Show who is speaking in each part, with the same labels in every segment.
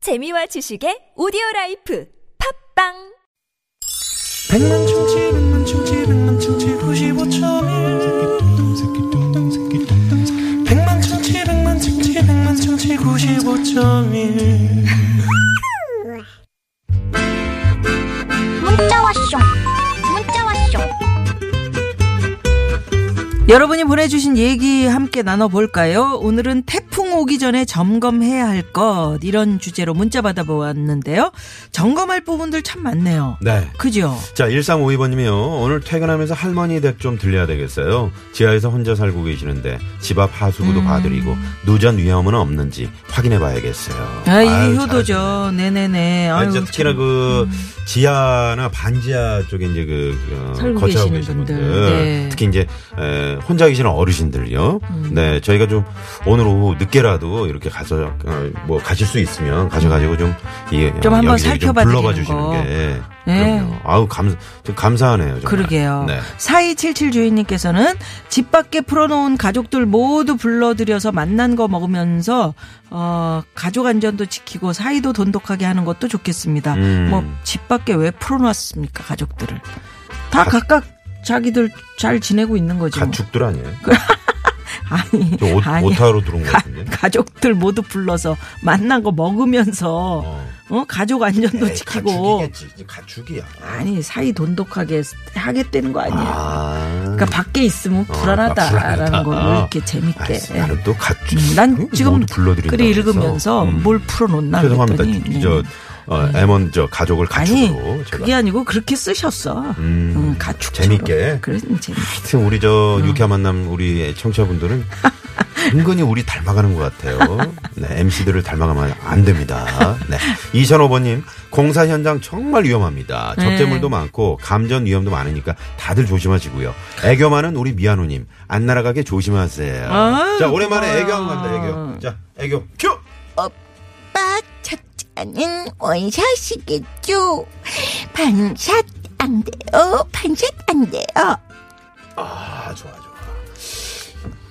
Speaker 1: 재미와 지식의 오디오 라이프 팝빵
Speaker 2: 백만 충치 백만 충치 백만 충치 구십오점일 백만 충치 백만 충치 백만 충치 구십오점일
Speaker 3: 문자 왔쇼 문자 왔쇼
Speaker 4: 여러분이 보내주신 얘기 함께 나눠볼까요? 오늘은 태풍 오기 전에 점검해야 할 것 이런 주제로 문자 받아보았는데요. 점검할 부분들 참 많네요.
Speaker 5: 네.
Speaker 4: 그죠?
Speaker 5: 자, 1352번님이요. 오늘 퇴근하면서 할머니 댁 좀 들려야 되겠어요. 지하에서 혼자 살고 계시는데 집 앞 하수구도
Speaker 4: 음.
Speaker 5: 봐드리고 누전 위험은 없는지 확인해 봐야겠어요.
Speaker 4: 아,
Speaker 5: 아유,
Speaker 4: 이게 효도죠. 네네네.
Speaker 5: 잘하셨네. 아니,
Speaker 4: 아유,
Speaker 5: 진짜 특히나
Speaker 4: 참.
Speaker 5: 그 지하나 반지하 쪽에 이제 그 어,
Speaker 4: 살고
Speaker 5: 거처하고
Speaker 4: 계시는
Speaker 5: 계신 분들,
Speaker 4: 분들. 네. 음.
Speaker 5: 특히 이제 에, 혼자 계시는 어르신들요. 네, 저희가 좀 오늘 오후 늦게라도 이렇게 가서 어, 뭐 가실 수 있으면 가셔가지고 좀 이, 어,
Speaker 4: 좀 한번
Speaker 5: 여기저기 좀
Speaker 4: 살펴봐
Speaker 5: 불러봐
Speaker 4: 드리는
Speaker 5: 주시는
Speaker 4: 거.
Speaker 5: 게
Speaker 4: 네.
Speaker 5: 그럼요. 아우 감 좀 감사하네요. 정말.
Speaker 4: 그러게요.
Speaker 5: 네.
Speaker 4: 4277 주인님께서는 집 밖에 풀어놓은 가족들 모두 불러들여서 만난 거 먹으면서, 어, 가족 안전도 지키고 사이도 돈독하게 하는 것도 좋겠습니다.
Speaker 5: 음.
Speaker 4: 뭐 집 밖에 왜 풀어놨습니까, 가족들을? 다 각각 자기들 잘 지내고 있는 거지. 뭐.
Speaker 5: 가축들 아니에요?
Speaker 4: 아니,
Speaker 5: 저 오,
Speaker 4: 아니.
Speaker 5: 오타로 들어온 것
Speaker 4: 가,
Speaker 5: 같은데.
Speaker 4: 가족들 모두 불러서 만난 거 먹으면서
Speaker 5: 어.
Speaker 4: 어, 가족 안전도
Speaker 5: 에이,
Speaker 4: 지키고
Speaker 5: 가축이겠지. 가축이야.
Speaker 4: 아니 사이 돈독하게 하겠다는 거 아니에요.
Speaker 5: 아. 어,
Speaker 4: 그러니까 밖에 있으면 불안하다라는
Speaker 5: 불안하다. 아.
Speaker 4: 거를 이렇게 재밌게.
Speaker 5: 알았어. 나는 또 가축.
Speaker 4: 예, 음, 난
Speaker 5: 응,
Speaker 4: 지금
Speaker 5: 너도 불러드린다고
Speaker 4: 글을 읽으면서
Speaker 5: 해서. 음.
Speaker 4: 뭘 풀어놓나
Speaker 5: 죄송합니다.
Speaker 4: 그랬더니, 네.
Speaker 5: 저 어, M1 저 가족을
Speaker 4: 아니
Speaker 5: 가축으로 제가.
Speaker 4: 그게 아니고 그렇게 쓰셨어.
Speaker 5: 음,
Speaker 4: 음, 가축처럼.
Speaker 5: 재밌게. 그러니까
Speaker 4: 그래 재밌.
Speaker 5: 하여튼 우리 저
Speaker 4: 음.
Speaker 5: 유쾌한 만남 우리 청취자분들은 은근히 우리 닮아가는 것 같아요. 네, MC들을 닮아가면 안 됩니다. 네. 2005번님, 공사 현장 정말 위험합니다.
Speaker 4: 네.
Speaker 5: 적재물도 많고 감전 위험도 많으니까 다들 조심하시고요. 애교 많은 우리 미아노님, 안 날아가게 조심하세요.
Speaker 4: 아,
Speaker 5: 자, 오랜만에
Speaker 4: 고마워.
Speaker 5: 애교 한 번 간다, 애교. 자, 애교, 큐!
Speaker 3: 오빠 첫째는 원샷이겠죠 반샷 안 돼요 반샷 안 돼요
Speaker 5: 아 좋아 좋아.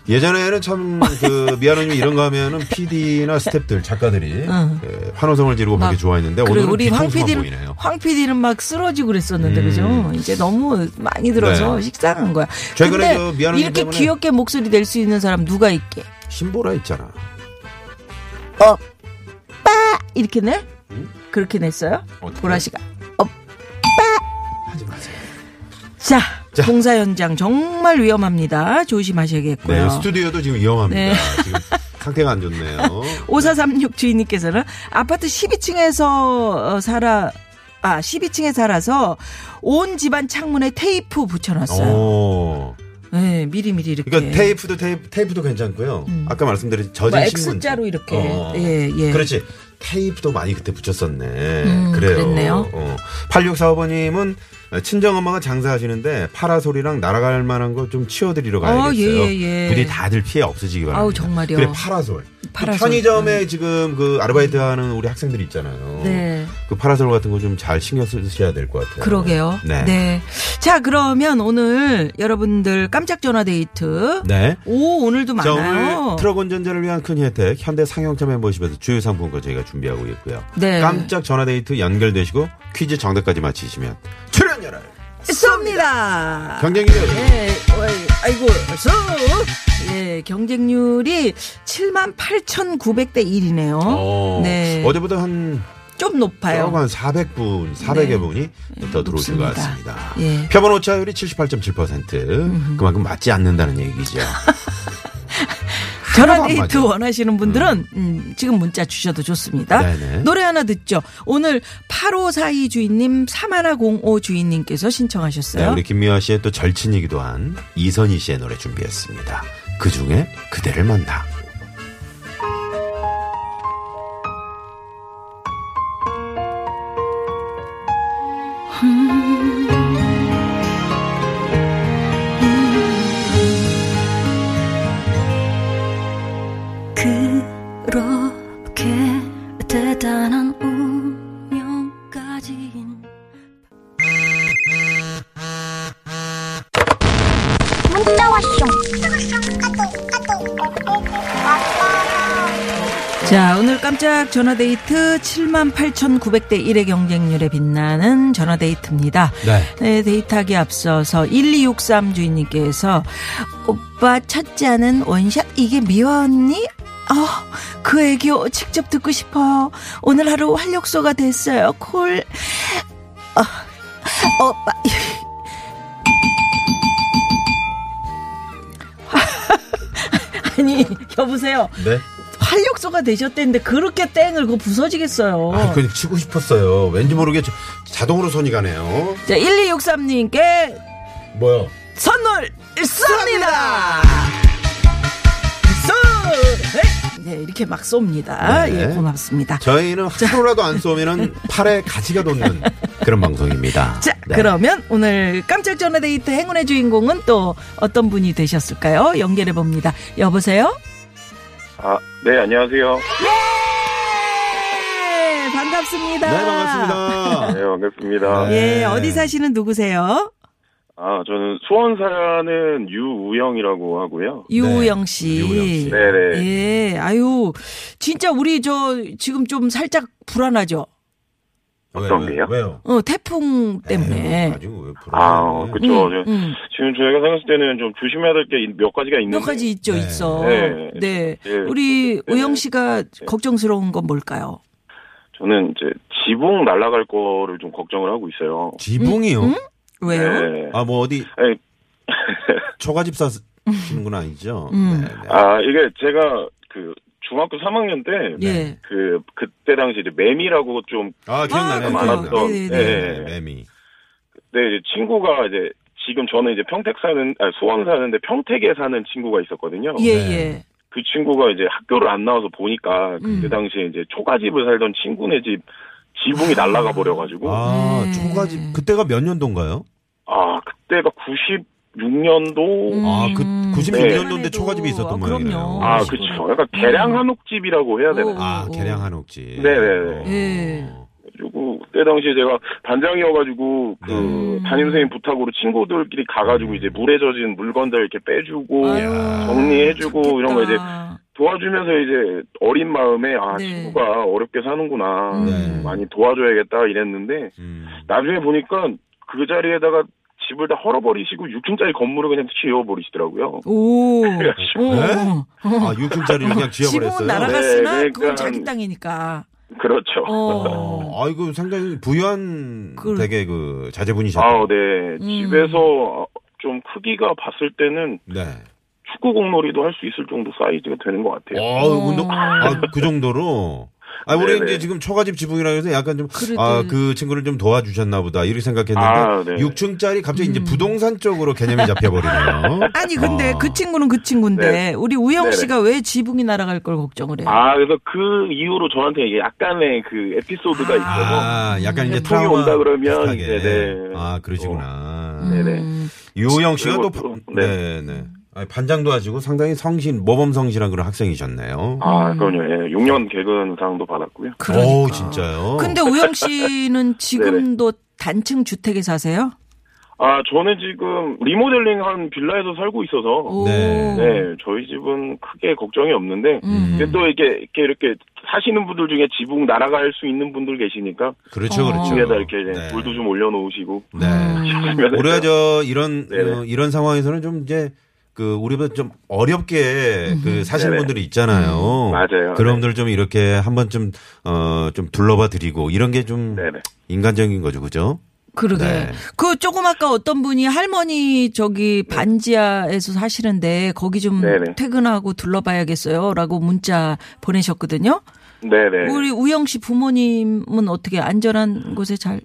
Speaker 5: 예전에는 참 그 미아노님 이런 거 하면은 PD나 스탭들 작가들이
Speaker 4: 응.
Speaker 5: 그 환호성을 지르고
Speaker 4: 막
Speaker 5: 그렇게 좋아했는데
Speaker 4: 그리고
Speaker 5: 오늘은
Speaker 4: 우리 황
Speaker 5: 뒤통수만
Speaker 4: PD
Speaker 5: 보이네요. 음.
Speaker 4: 황 PD는 막 쓰러지고 그랬었는데 그죠? 이제 너무 많이 들어서
Speaker 5: 네.
Speaker 4: 식상한 거야.
Speaker 5: 최근에
Speaker 4: 근데
Speaker 5: 저 미아노님
Speaker 4: 이렇게
Speaker 5: 때문에-
Speaker 4: 귀엽게 목소리 낼 수 있는 사람 누가 있게?
Speaker 5: 신보라 있잖아. 네,
Speaker 4: 빠 이렇게 내? 그렇게 냈어요?
Speaker 5: 음? 어떻게?
Speaker 4: 보라 씨가 오빠 하지 마세요. 자,
Speaker 5: 자.
Speaker 4: 공사 현장 정말 위험합니다. 조심하셔야겠고요.
Speaker 5: 네 스튜디오도 지금 위험합니다.
Speaker 4: 네.
Speaker 5: 지금 상태가 안 좋네요.
Speaker 4: 5436 주인님께서는 아파트 12층에서 어, 살아 아 12층에 살아서 온 집안 창문에 테이프 붙여놨어요.
Speaker 5: 오.
Speaker 4: 네, 미리 미리 이렇게.
Speaker 5: 그러니까 테이프도 테이프, 테이프도 괜찮고요. 아까 말씀드린 젖은
Speaker 4: 음. 뭐
Speaker 5: 신문.
Speaker 4: X자로 이렇게. 예, 예.
Speaker 5: 어.
Speaker 4: 음,
Speaker 5: 그렇지. 테이프도 많이 그때 붙였었네. 그래요.
Speaker 4: 그랬네요.
Speaker 5: 어. 8645번님은 친정엄마가 장사하시는데 파라솔이랑 날아갈 만한 거 좀 치워드리러 가야겠어요.
Speaker 4: 예, 예, 예.
Speaker 5: 부디 다들 피해 없으시기 바랍니다.
Speaker 4: 아우, 정말요.
Speaker 5: 그래 파라솔.
Speaker 4: 파라솔. 음.
Speaker 5: 그 편의점에 지금 그 아르바이트하는 우리 학생들 있잖아요.
Speaker 4: 네.
Speaker 5: 그 파라솔 같은 거 좀 잘 신경 쓰셔야 될 것 같아요.
Speaker 4: 그러게요.
Speaker 5: 네.
Speaker 4: 자, 그러면 오늘 여러분들 깜짝 전화 데이트.
Speaker 5: 네.
Speaker 4: 오, 오늘도
Speaker 5: 자, 오늘
Speaker 4: 많아요.
Speaker 5: 트럭 운전자를 위한 큰 혜택 현대 상용차 멤버십에서 주요 상품권 저희가 준비하고 있고요.
Speaker 4: 네.
Speaker 5: 깜짝 전화 데이트 연결되시고 퀴즈 정답까지 맞히시면 출연료를
Speaker 4: 쏩니다.
Speaker 5: 경쟁률
Speaker 4: 예, 어이, 아이고, 쏘! 예, 경쟁률이 7만 8,900대 1이네요.
Speaker 5: 어,
Speaker 4: 네.
Speaker 5: 어제보다 한
Speaker 4: 좀 높아요.
Speaker 5: 조금 한 400분, 400여 분이 더 들어오신 것
Speaker 4: 네. 높습니다.
Speaker 5: 같습니다.
Speaker 4: 예.
Speaker 5: 표본 오차율이 78.7% 그만큼 맞지 않는다는 얘기죠.
Speaker 4: 아, 전화
Speaker 5: 하나도 안
Speaker 4: 데이트
Speaker 5: 맞아요.
Speaker 4: 원하시는 분들은 음, 지금 문자 주셔도 좋습니다.
Speaker 5: 네네.
Speaker 4: 노래 하나 듣죠. 오늘 8542 주인님, 3105 주인님께서
Speaker 5: 네,
Speaker 4: 신청하셨어요.
Speaker 5: 우리 김미화 씨의 또 절친이기도 한 이선희 씨의 노래 준비했습니다. 그 중에 그대를 만나.
Speaker 6: 그렇게 대단한 운명까지인
Speaker 3: 문자 왔쇼 문자 왔쇼 까똑 까똑
Speaker 4: 자, 자, 오늘 깜짝 전화데이트 78,900대 1의 경쟁률에 빛나는 전화데이트입니다.
Speaker 5: 네.
Speaker 4: 데이트하기 앞서서 1263 주인님께서 오빠 첫째 하는 원샷 이게 미화 언니? 어, 그 애교 직접 듣고 싶어요. 오늘 하루 활력소가 됐어요. 콜. 어, 오빠. 아니, 여보세요.
Speaker 5: 네.
Speaker 4: 활력소가 되셨대는데 그렇게 땡을 그거 부서지겠어요.
Speaker 5: 아, 그냥 치고 싶었어요. 왠지 모르게 저- 자동으로 손이 가네요.
Speaker 4: 자, 1263님께
Speaker 5: 뭐요?
Speaker 4: 선물 쏩니다! 쏘! 네, 네, 이렇게 막 쏩니다.
Speaker 5: 네.
Speaker 4: 예, 고맙습니다.
Speaker 5: 저희는 하루라도 안 쏘면은 팔에 가지가 돋는 그런 방송입니다.
Speaker 4: 자,
Speaker 5: 네.
Speaker 4: 그러면 오늘 깜짝 전화데이트 행운의 주인공은 또 어떤 분이 되셨을까요? 연결해 봅니다. 여보세요?
Speaker 7: 아, 네, 안녕하세요.
Speaker 4: 네, 반갑습니다.
Speaker 5: 네, 반갑습니다.
Speaker 7: 네, 반갑습니다.
Speaker 5: 네.
Speaker 4: 예, 어디 사시는 누구세요?
Speaker 7: 아, 저는 수원 사는 유우영이라고 하고요.
Speaker 4: 유우영 씨.
Speaker 5: 유우영 씨.
Speaker 7: 네네.
Speaker 4: 예, 아유, 진짜 우리 저 지금 좀 살짝 불안하죠.
Speaker 5: 왜요?
Speaker 7: 어떤 게요?
Speaker 5: 왜요?
Speaker 4: 어, 태풍 때문에.
Speaker 5: 에이, 아주 왜 불안해.
Speaker 7: 아, 그쵸. 죠
Speaker 4: 음,
Speaker 7: 지금 저희가 생각했을 때는 좀 조심해야 될 게 몇 가지가 있는데.
Speaker 4: 몇 가지 있죠,
Speaker 5: 네.
Speaker 4: 있어. 네.
Speaker 7: 네. 네.
Speaker 4: 우리
Speaker 7: 네.
Speaker 4: 우영 씨가 걱정스러운 건 뭘까요?
Speaker 7: 저는 이제 지붕 날아갈 거를 좀 걱정을 하고 있어요.
Speaker 5: 지붕이요?
Speaker 4: 음? 왜요?
Speaker 7: 네.
Speaker 5: 아, 뭐 어디
Speaker 7: 아니,
Speaker 5: 초가집 사시는 건 아니죠?
Speaker 4: 음.
Speaker 5: 네, 네.
Speaker 7: 아, 이게 제가 그 중학교 3학년 때.
Speaker 4: 예.
Speaker 7: 그, 그때 당시 이제 매미라고 좀,
Speaker 5: 아, 기억나네요.
Speaker 4: 아,
Speaker 5: 기억나네요.
Speaker 7: 많았던,
Speaker 5: 네,
Speaker 7: 네.
Speaker 5: 매미.
Speaker 7: 네, 이제 친구가 이제 지금 저는 이제 평택 사는, 아, 수원 사는데 평택에 사는 친구가 있었거든요.
Speaker 4: 예,
Speaker 5: 네.
Speaker 4: 예.
Speaker 7: 그 친구가 이제 학교를 안 나와서 보니까
Speaker 4: 음.
Speaker 7: 그때 당시에 이제 초가집을 살던 친구네 집 지붕이 날아가 버려가지고 아,
Speaker 5: 아,
Speaker 4: 네.
Speaker 5: 초가집 그때가 몇 년도인가요?
Speaker 7: 그때가 96년도
Speaker 4: 음.
Speaker 5: 아, 그
Speaker 7: 네.
Speaker 5: 96년도인데 초가집이
Speaker 4: 아,
Speaker 5: 있었던
Speaker 4: 그럼요.
Speaker 5: 모양이네요.
Speaker 7: 아
Speaker 4: 음.
Speaker 7: 그쵸 약간 계량 한옥집이라고 해야 되나
Speaker 4: 오.
Speaker 5: 아, 계량 어. 한옥지.
Speaker 7: 네네네.
Speaker 4: 예.
Speaker 7: 그리고 그때 당시에 제가 반장이어가지고 그
Speaker 4: 음.
Speaker 7: 담임 선생님 부탁으로 친구들끼리 가가지고 이제 물에 젖은 물건들 이렇게 빼주고
Speaker 4: 아,
Speaker 7: 정리해주고 이런 거 이제 도와주면서 이제 어린 마음에 아
Speaker 4: 네.
Speaker 7: 친구가 어렵게 사는구나
Speaker 5: 네.
Speaker 7: 많이 도와줘야겠다 이랬는데
Speaker 5: 음.
Speaker 7: 나중에 보니까 그 자리에다가 집을 다 헐어버리시고 6층짜리 건물을 그냥 지어버리시더라고요.
Speaker 4: 오. 오.
Speaker 5: 아, 6층짜리를 그냥 네? 지어버렸어요.
Speaker 4: 지붕은 날아갔으나
Speaker 7: 네,
Speaker 4: 그건
Speaker 7: 그러니까-
Speaker 4: 자기 땅이니까.
Speaker 7: 그렇죠.
Speaker 4: 어.
Speaker 5: 어, 아, 이거 상당히 부유한
Speaker 4: 그-
Speaker 5: 되게 그 자제분이셨다.
Speaker 7: 아, 네.
Speaker 4: 음.
Speaker 7: 집에서 좀 크기가 봤을 때는
Speaker 5: 네.
Speaker 7: 축구 공놀이도 할 수 있을 정도 사이즈가 되는 것 같아요.
Speaker 5: 어, 운동, 아, 그 정도로. 아, 우리
Speaker 7: 네. 네네.
Speaker 5: 이제 지금 초가집 지붕이라 해서 약간 좀,
Speaker 4: 그래도-
Speaker 5: 아, 그 친구를 좀 도와주셨나 보다, 이렇게 생각했는데,
Speaker 7: 아, 네.
Speaker 5: 6층짜리 갑자기
Speaker 4: 음.
Speaker 5: 이제 부동산 쪽으로 개념이 잡혀버리네요.
Speaker 4: 아니 근데
Speaker 5: 아.
Speaker 4: 그 친구는 그 친구인데
Speaker 7: 네.
Speaker 4: 우리 우영
Speaker 7: 네네.
Speaker 4: 씨가 왜 지붕이 날아갈 걸 걱정을 해요?
Speaker 7: 아, 그래서 그 이후로 저한테 이게 약간의 그 에피소드가
Speaker 4: 아.
Speaker 7: 있어서.
Speaker 5: 아, 약간
Speaker 4: 네.
Speaker 5: 이제
Speaker 7: 태풍이
Speaker 5: 트라우마
Speaker 7: 온다 그러면
Speaker 5: 비슷하게.
Speaker 7: 이제, 네.
Speaker 5: 아, 그러시구나.
Speaker 4: 음.
Speaker 7: 네네.
Speaker 5: 유호영 씨가 또,
Speaker 7: 그리고
Speaker 5: 바-
Speaker 7: 또-
Speaker 5: 네, 네. 아니, 반장도 하시고 상당히 성신, 모범 성실한 그런 학생이셨네요.
Speaker 7: 아, 그럼요. 예. 6년 개근상도 받았고요.
Speaker 4: 그러니까.
Speaker 5: 오, 진짜요?
Speaker 4: 근데 우영 씨는 지금도 단층 주택에 사세요?
Speaker 7: 아, 저는 지금 리모델링 한 빌라에서 살고 있어서.
Speaker 4: 오.
Speaker 5: 네.
Speaker 7: 네, 저희 집은 크게 걱정이 없는데.
Speaker 4: 음.
Speaker 7: 근데 또 이렇게, 이렇게, 이렇게 사시는 분들 중에 지붕 날아갈 수 있는 분들 계시니까
Speaker 4: 어.
Speaker 5: 그렇죠, 그렇죠.
Speaker 7: 위에다 이렇게
Speaker 5: 네.
Speaker 7: 불도 좀 올려놓으시고.
Speaker 5: 네.
Speaker 7: 하시면은
Speaker 5: 우리가 저 이런
Speaker 7: 네네.
Speaker 5: 어, 이런 상황에서는 좀 이제 그 우리보다 좀 어렵게
Speaker 4: 음.
Speaker 5: 그 사시는
Speaker 7: 네네. 음.
Speaker 5: 분들이 있잖아요.
Speaker 7: 맞아요. 네.
Speaker 5: 그런 분들 좀 이렇게 한번 좀 어, 좀 둘러봐 드리고 이런 게 좀
Speaker 7: 네네.
Speaker 5: 인간적인 거죠, 그죠?
Speaker 4: 그러게.
Speaker 5: 네.
Speaker 4: 그 조금 아까 어떤 분이 할머니 저기 반지하에서 사시는데 거기 좀
Speaker 7: 네. 네네.
Speaker 4: 퇴근하고 둘러봐야겠어요라고 문자 보내셨거든요.
Speaker 7: 네네.
Speaker 4: 우리 우영 씨 부모님은 어떻게 안전한 곳에 잘?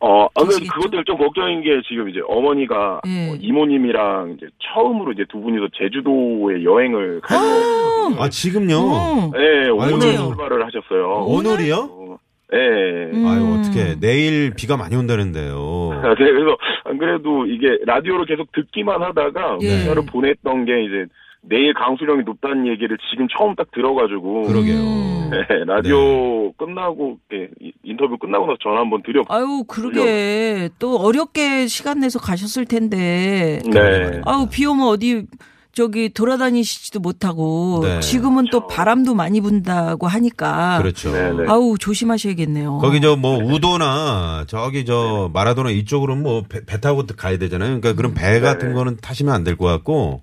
Speaker 7: 어, 아, 근데
Speaker 4: 계시겠죠?
Speaker 7: 그것들 좀 걱정인 게 지금 이제 어머니가
Speaker 4: 예.
Speaker 7: 어, 이모님이랑 이제 처음으로 이제 두 분이서 제주도에 여행을 가요.
Speaker 4: 음.
Speaker 5: 아 지금요.
Speaker 4: 어.
Speaker 7: 네, 오늘
Speaker 5: 언제요?
Speaker 7: 출발을 하셨어요.
Speaker 5: 오늘이요?
Speaker 7: 어, 네.
Speaker 4: 음.
Speaker 5: 아유 어떻게 내일 비가 많이 온다는데요.
Speaker 7: 아, 네, 그래서 안 그래도 이게 라디오로 계속 듣기만 하다가
Speaker 4: 예.
Speaker 7: 문자를 보냈던 게 이제 내일 강수량이 높다는 얘기를 지금 처음 딱 들어가지고
Speaker 5: 그러게요.
Speaker 4: 음.
Speaker 7: 네, 라디오 끝나고 예, 이렇게 이- 인터뷰 끝나고 나서 전화 한번 드려.
Speaker 4: 아유 그러게 또 어렵게 시간 내서 가셨을 텐데.
Speaker 7: 네.
Speaker 4: 아우 비 오면 어디 저기 돌아다니시지도 못하고
Speaker 5: 네.
Speaker 4: 지금은 또 바람도 많이 분다고 하니까
Speaker 5: 그렇죠.
Speaker 7: 네, 네.
Speaker 4: 아우 조심하셔야겠네요.
Speaker 5: 거기 저 뭐 우도나 저기 저 마라도나 이쪽으로는 뭐 배 타고 가야 되잖아요. 그러니까 그런
Speaker 4: 네.
Speaker 5: 배 같은 거는 타시면 안 될 것 같고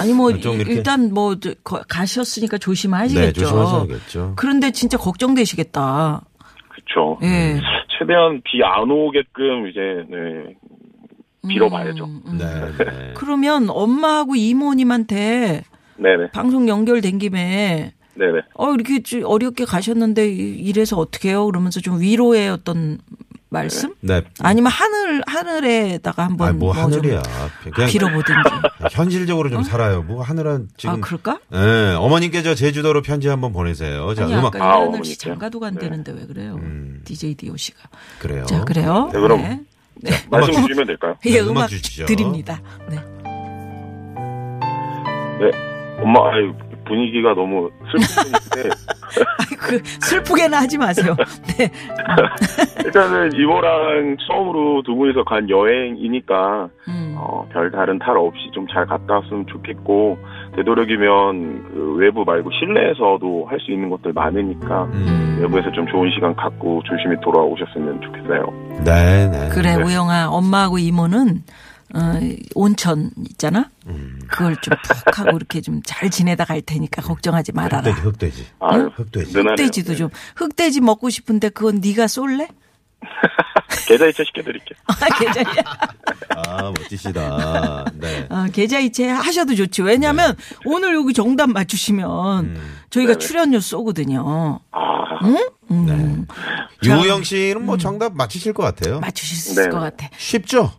Speaker 4: 아니 뭐
Speaker 5: 좀 이렇게-
Speaker 4: 일단 뭐 저- 거- 가셨으니까 조심하시겠죠.
Speaker 5: 네, 조심하셔야겠죠.
Speaker 4: 그런데 진짜 걱정되시겠다.
Speaker 7: 그렇죠.
Speaker 5: 음.
Speaker 4: 예.
Speaker 7: 최대한 비 안 오게끔 이제 네, 빌어봐야죠.
Speaker 4: 음.
Speaker 5: 네, 네.
Speaker 4: 그러면 엄마하고 이모님한테
Speaker 7: 네네.
Speaker 4: 방송 연결된 김에
Speaker 7: 네네.
Speaker 4: 어 이렇게 좀 어렵게 가셨는데 이- 이래서 어떡해요? 그러면서 좀 위로의 어떤 말씀?
Speaker 5: 네.
Speaker 4: 아니면 하늘 하늘에다가 한번
Speaker 5: 아니 뭐
Speaker 4: 좀
Speaker 5: 하늘이야. 그냥 아,
Speaker 4: 빌어보든지.
Speaker 5: 현실적으로 좀 살아요. 뭐 하늘은 지금
Speaker 4: 아 그럴까?
Speaker 5: 예, 어머님께 저 제주도로 편지 한번 보내세요. 자,
Speaker 4: 아니
Speaker 5: 음악 네. 음.
Speaker 4: 아까
Speaker 7: 아,
Speaker 4: 이하늘
Speaker 7: 어머니께요?
Speaker 4: 씨 장가도 간다는데 왜 그래요? DJ 디오 씨가.
Speaker 5: 그래요.
Speaker 4: 자 그래요.
Speaker 7: 네, 그럼.
Speaker 4: 네.
Speaker 7: 말씀 주시면 될까요?
Speaker 5: 네,
Speaker 4: 예,
Speaker 5: 음악
Speaker 4: 음악
Speaker 5: 주시죠.
Speaker 4: 드립니다. 네.
Speaker 7: 네. 엄마, 아유, 분위기가 너무 슬픈데
Speaker 4: 아이, 그 슬프게나 하지 마세요. 네.
Speaker 7: 일단은 이모랑 처음으로 두 분이서 간 여행이니까
Speaker 4: 음.
Speaker 7: 어, 별다른 탈 없이 좀 잘 갔다 왔으면 좋겠고 되도록이면 그 외부 말고 실내에서도 할 수 있는 것들 많으니까
Speaker 5: 음.
Speaker 7: 외부에서 좀 좋은 시간 갖고 조심히 돌아오셨으면 좋겠어요.
Speaker 5: 네, 네.
Speaker 4: 그래 우영아 엄마하고 이모는 어, 온천 있잖아.
Speaker 5: 음.
Speaker 4: 그걸 좀 푹 하고 이렇게 좀 잘 지내다 갈 테니까 걱정하지 말아라.
Speaker 5: 흑돼지, 흑돼지.
Speaker 7: 아유,
Speaker 5: 어? 흑돼지.
Speaker 7: 누나네요.
Speaker 4: 흑돼지도 좀 흑돼지 먹고 싶은데 그건 네가 쏠래?
Speaker 7: 계좌이체 시켜드릴게요.
Speaker 4: 계좌 이체.
Speaker 5: 아, 멋지시다. 네.
Speaker 4: 어, 계좌 이체 하셔도 좋지. 왜냐하면 오늘 여기 정답 맞추시면 저희가 출연료 쏘거든요.
Speaker 7: 아,
Speaker 4: 음,
Speaker 5: 유우영 씨는 뭐 정답 맞히실 것 같아요.
Speaker 4: 맞추실 수 있을
Speaker 7: 네.
Speaker 4: 것 같아.
Speaker 5: 쉽죠?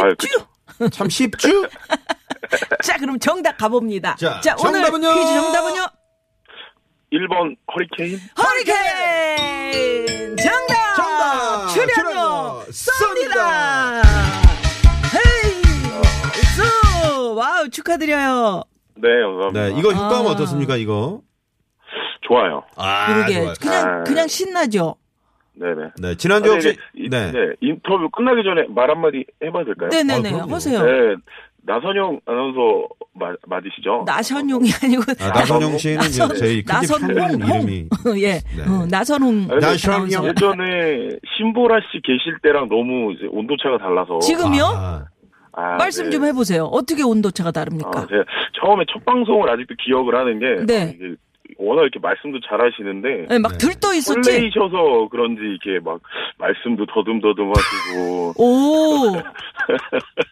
Speaker 7: 아유,
Speaker 4: 쉽죠?
Speaker 5: 참 쉽죠?
Speaker 4: 자, 그럼 정답 가봅니다.
Speaker 5: 자,
Speaker 4: 자, 오늘
Speaker 5: 정답은요?
Speaker 4: 퀴즈 정답은요?
Speaker 7: 1번 허리케인?
Speaker 4: 허리케인! 정답!
Speaker 5: 정답!
Speaker 4: 출연료
Speaker 5: 출연료
Speaker 4: 쏩니다! 헤이! 쏘! 와우, 축하드려요.
Speaker 7: 네, 감사합니다.
Speaker 5: 네, 이거 효과음
Speaker 4: 아.
Speaker 5: 어떻습니까, 이거?
Speaker 7: 좋아요.
Speaker 5: 아,
Speaker 4: 그러게.
Speaker 5: 좋아요.
Speaker 4: 그냥,
Speaker 7: 아.
Speaker 4: 그냥 신나죠?
Speaker 7: 네네.
Speaker 5: 네, 지난주
Speaker 7: 아,
Speaker 5: 혹시,
Speaker 7: 이-
Speaker 5: 네.
Speaker 7: 네, 인터뷰 끝나기 전에 말 한마디 해봐도 될까요?
Speaker 4: 네네네.
Speaker 5: 아, 그럼요.
Speaker 4: 하세요.
Speaker 7: 네, 나선영 아나운서 마- 맞으시죠?
Speaker 4: 나선용이 아니고.
Speaker 5: 아, 나선영 씨는 이제
Speaker 4: 나선-
Speaker 5: 저희 큰집
Speaker 4: 나선홍.
Speaker 5: 형 이름이.
Speaker 4: 예.
Speaker 5: 네.
Speaker 4: 어, 나선홍.
Speaker 7: 아니,
Speaker 5: 나선홍.
Speaker 4: 아나운서.
Speaker 7: 예전에 신보라 씨 계실 때랑 너무 이제 온도차가 달라서
Speaker 4: 지금요?
Speaker 5: 아,
Speaker 7: 아,
Speaker 4: 말씀
Speaker 7: 네.
Speaker 4: 좀 해보세요. 어떻게 온도차가
Speaker 7: 아,
Speaker 4: 다릅니까?
Speaker 7: 제가 처음에 첫 방송을 아직도 기억을 하는 게
Speaker 4: 네.
Speaker 7: 이게 워낙 이렇게 말씀도 잘하시는데
Speaker 4: 네, 막 들떠 있었지?
Speaker 7: 설레이셔서 그런지 이렇게 막 말씀도 더듬더듬하시고
Speaker 4: 오.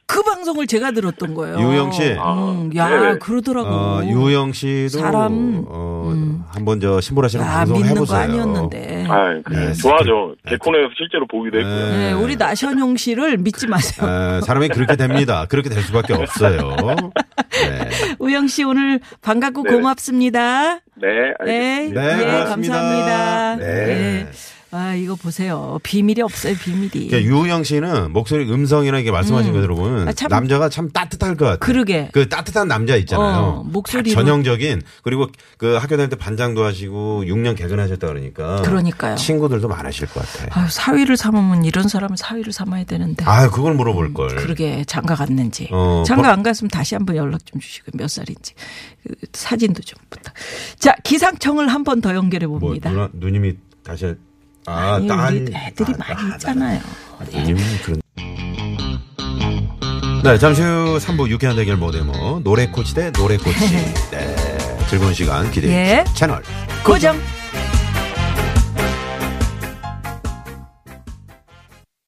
Speaker 4: 그 방송을 제가 들었던 거예요.
Speaker 5: 유영 씨.
Speaker 4: 음, 야,
Speaker 7: 아, 네네.
Speaker 4: 그러더라고.
Speaker 5: 어, 유우영 씨도.
Speaker 4: 사람,
Speaker 5: 어, 한번 저 신보라 씨랑
Speaker 4: 야,
Speaker 5: 방송을
Speaker 4: 믿는
Speaker 5: 해보세요.
Speaker 4: 거 아니었는데.
Speaker 7: 아, 그래.
Speaker 5: 네.
Speaker 7: 좋아하죠. 제 코너에서 실제로 보기도 했고.
Speaker 5: 네.
Speaker 7: 요
Speaker 4: 네, 우리 나선용 씨를 믿지 마세요.
Speaker 5: 아, 사람이 그렇게 됩니다. 그렇게 될 수밖에 없어요. 네.
Speaker 4: 우영 씨 오늘 반갑고
Speaker 7: 네네.
Speaker 4: 고맙습니다.
Speaker 7: 네,
Speaker 4: 네,
Speaker 7: 알겠습니다.
Speaker 5: 네,
Speaker 4: 예,
Speaker 5: 고맙습니다.
Speaker 4: 감사합니다.
Speaker 5: 네.
Speaker 4: 아, 이거 보세요. 비밀이 없어요, 비밀이.
Speaker 5: 그러니까 유우영 씨는 목소리 음성이나 이게 말씀하신 거 들어보면
Speaker 4: 아, 참-
Speaker 5: 남자가 참 따뜻할 것 같아요.
Speaker 4: 그러게.
Speaker 5: 그 따뜻한 남자 있잖아요.
Speaker 4: 어, 목소리로.
Speaker 5: 전형적인 그리고 그 학교 다닐 때 반장도 하시고 6년 개근하셨다 그러니까.
Speaker 4: 그러니까요.
Speaker 5: 친구들도 많으실 것 같아요.
Speaker 4: 아유, 사위를 삼으면 이런 사람은 사위를 삼아야 되는데.
Speaker 5: 아, 그걸 물어볼 걸.
Speaker 4: 그러게 장가 갔는지
Speaker 5: 어,
Speaker 4: 장가
Speaker 5: 벌-
Speaker 4: 안 갔으면 다시 한번 연락 좀 주시고 몇 살인지 그 사진도 좀 부탁. 자 기상청을 한 번 더 연결해
Speaker 5: 뭐
Speaker 4: 봅니다.
Speaker 5: 누나 누님이 다시 아,
Speaker 4: 아니,
Speaker 5: 딸
Speaker 4: 우리 애들이
Speaker 5: 아, 예.
Speaker 4: 많이
Speaker 5: 딸.
Speaker 4: 있잖아요.
Speaker 5: 요즘 그런. 네, 잠시 후 3부 유쾌한 대결 모데모 노래 코치 대 노래 코치. 네, 즐거운 시간 기대해
Speaker 4: 예.
Speaker 5: 주세요. 채널
Speaker 4: 고정.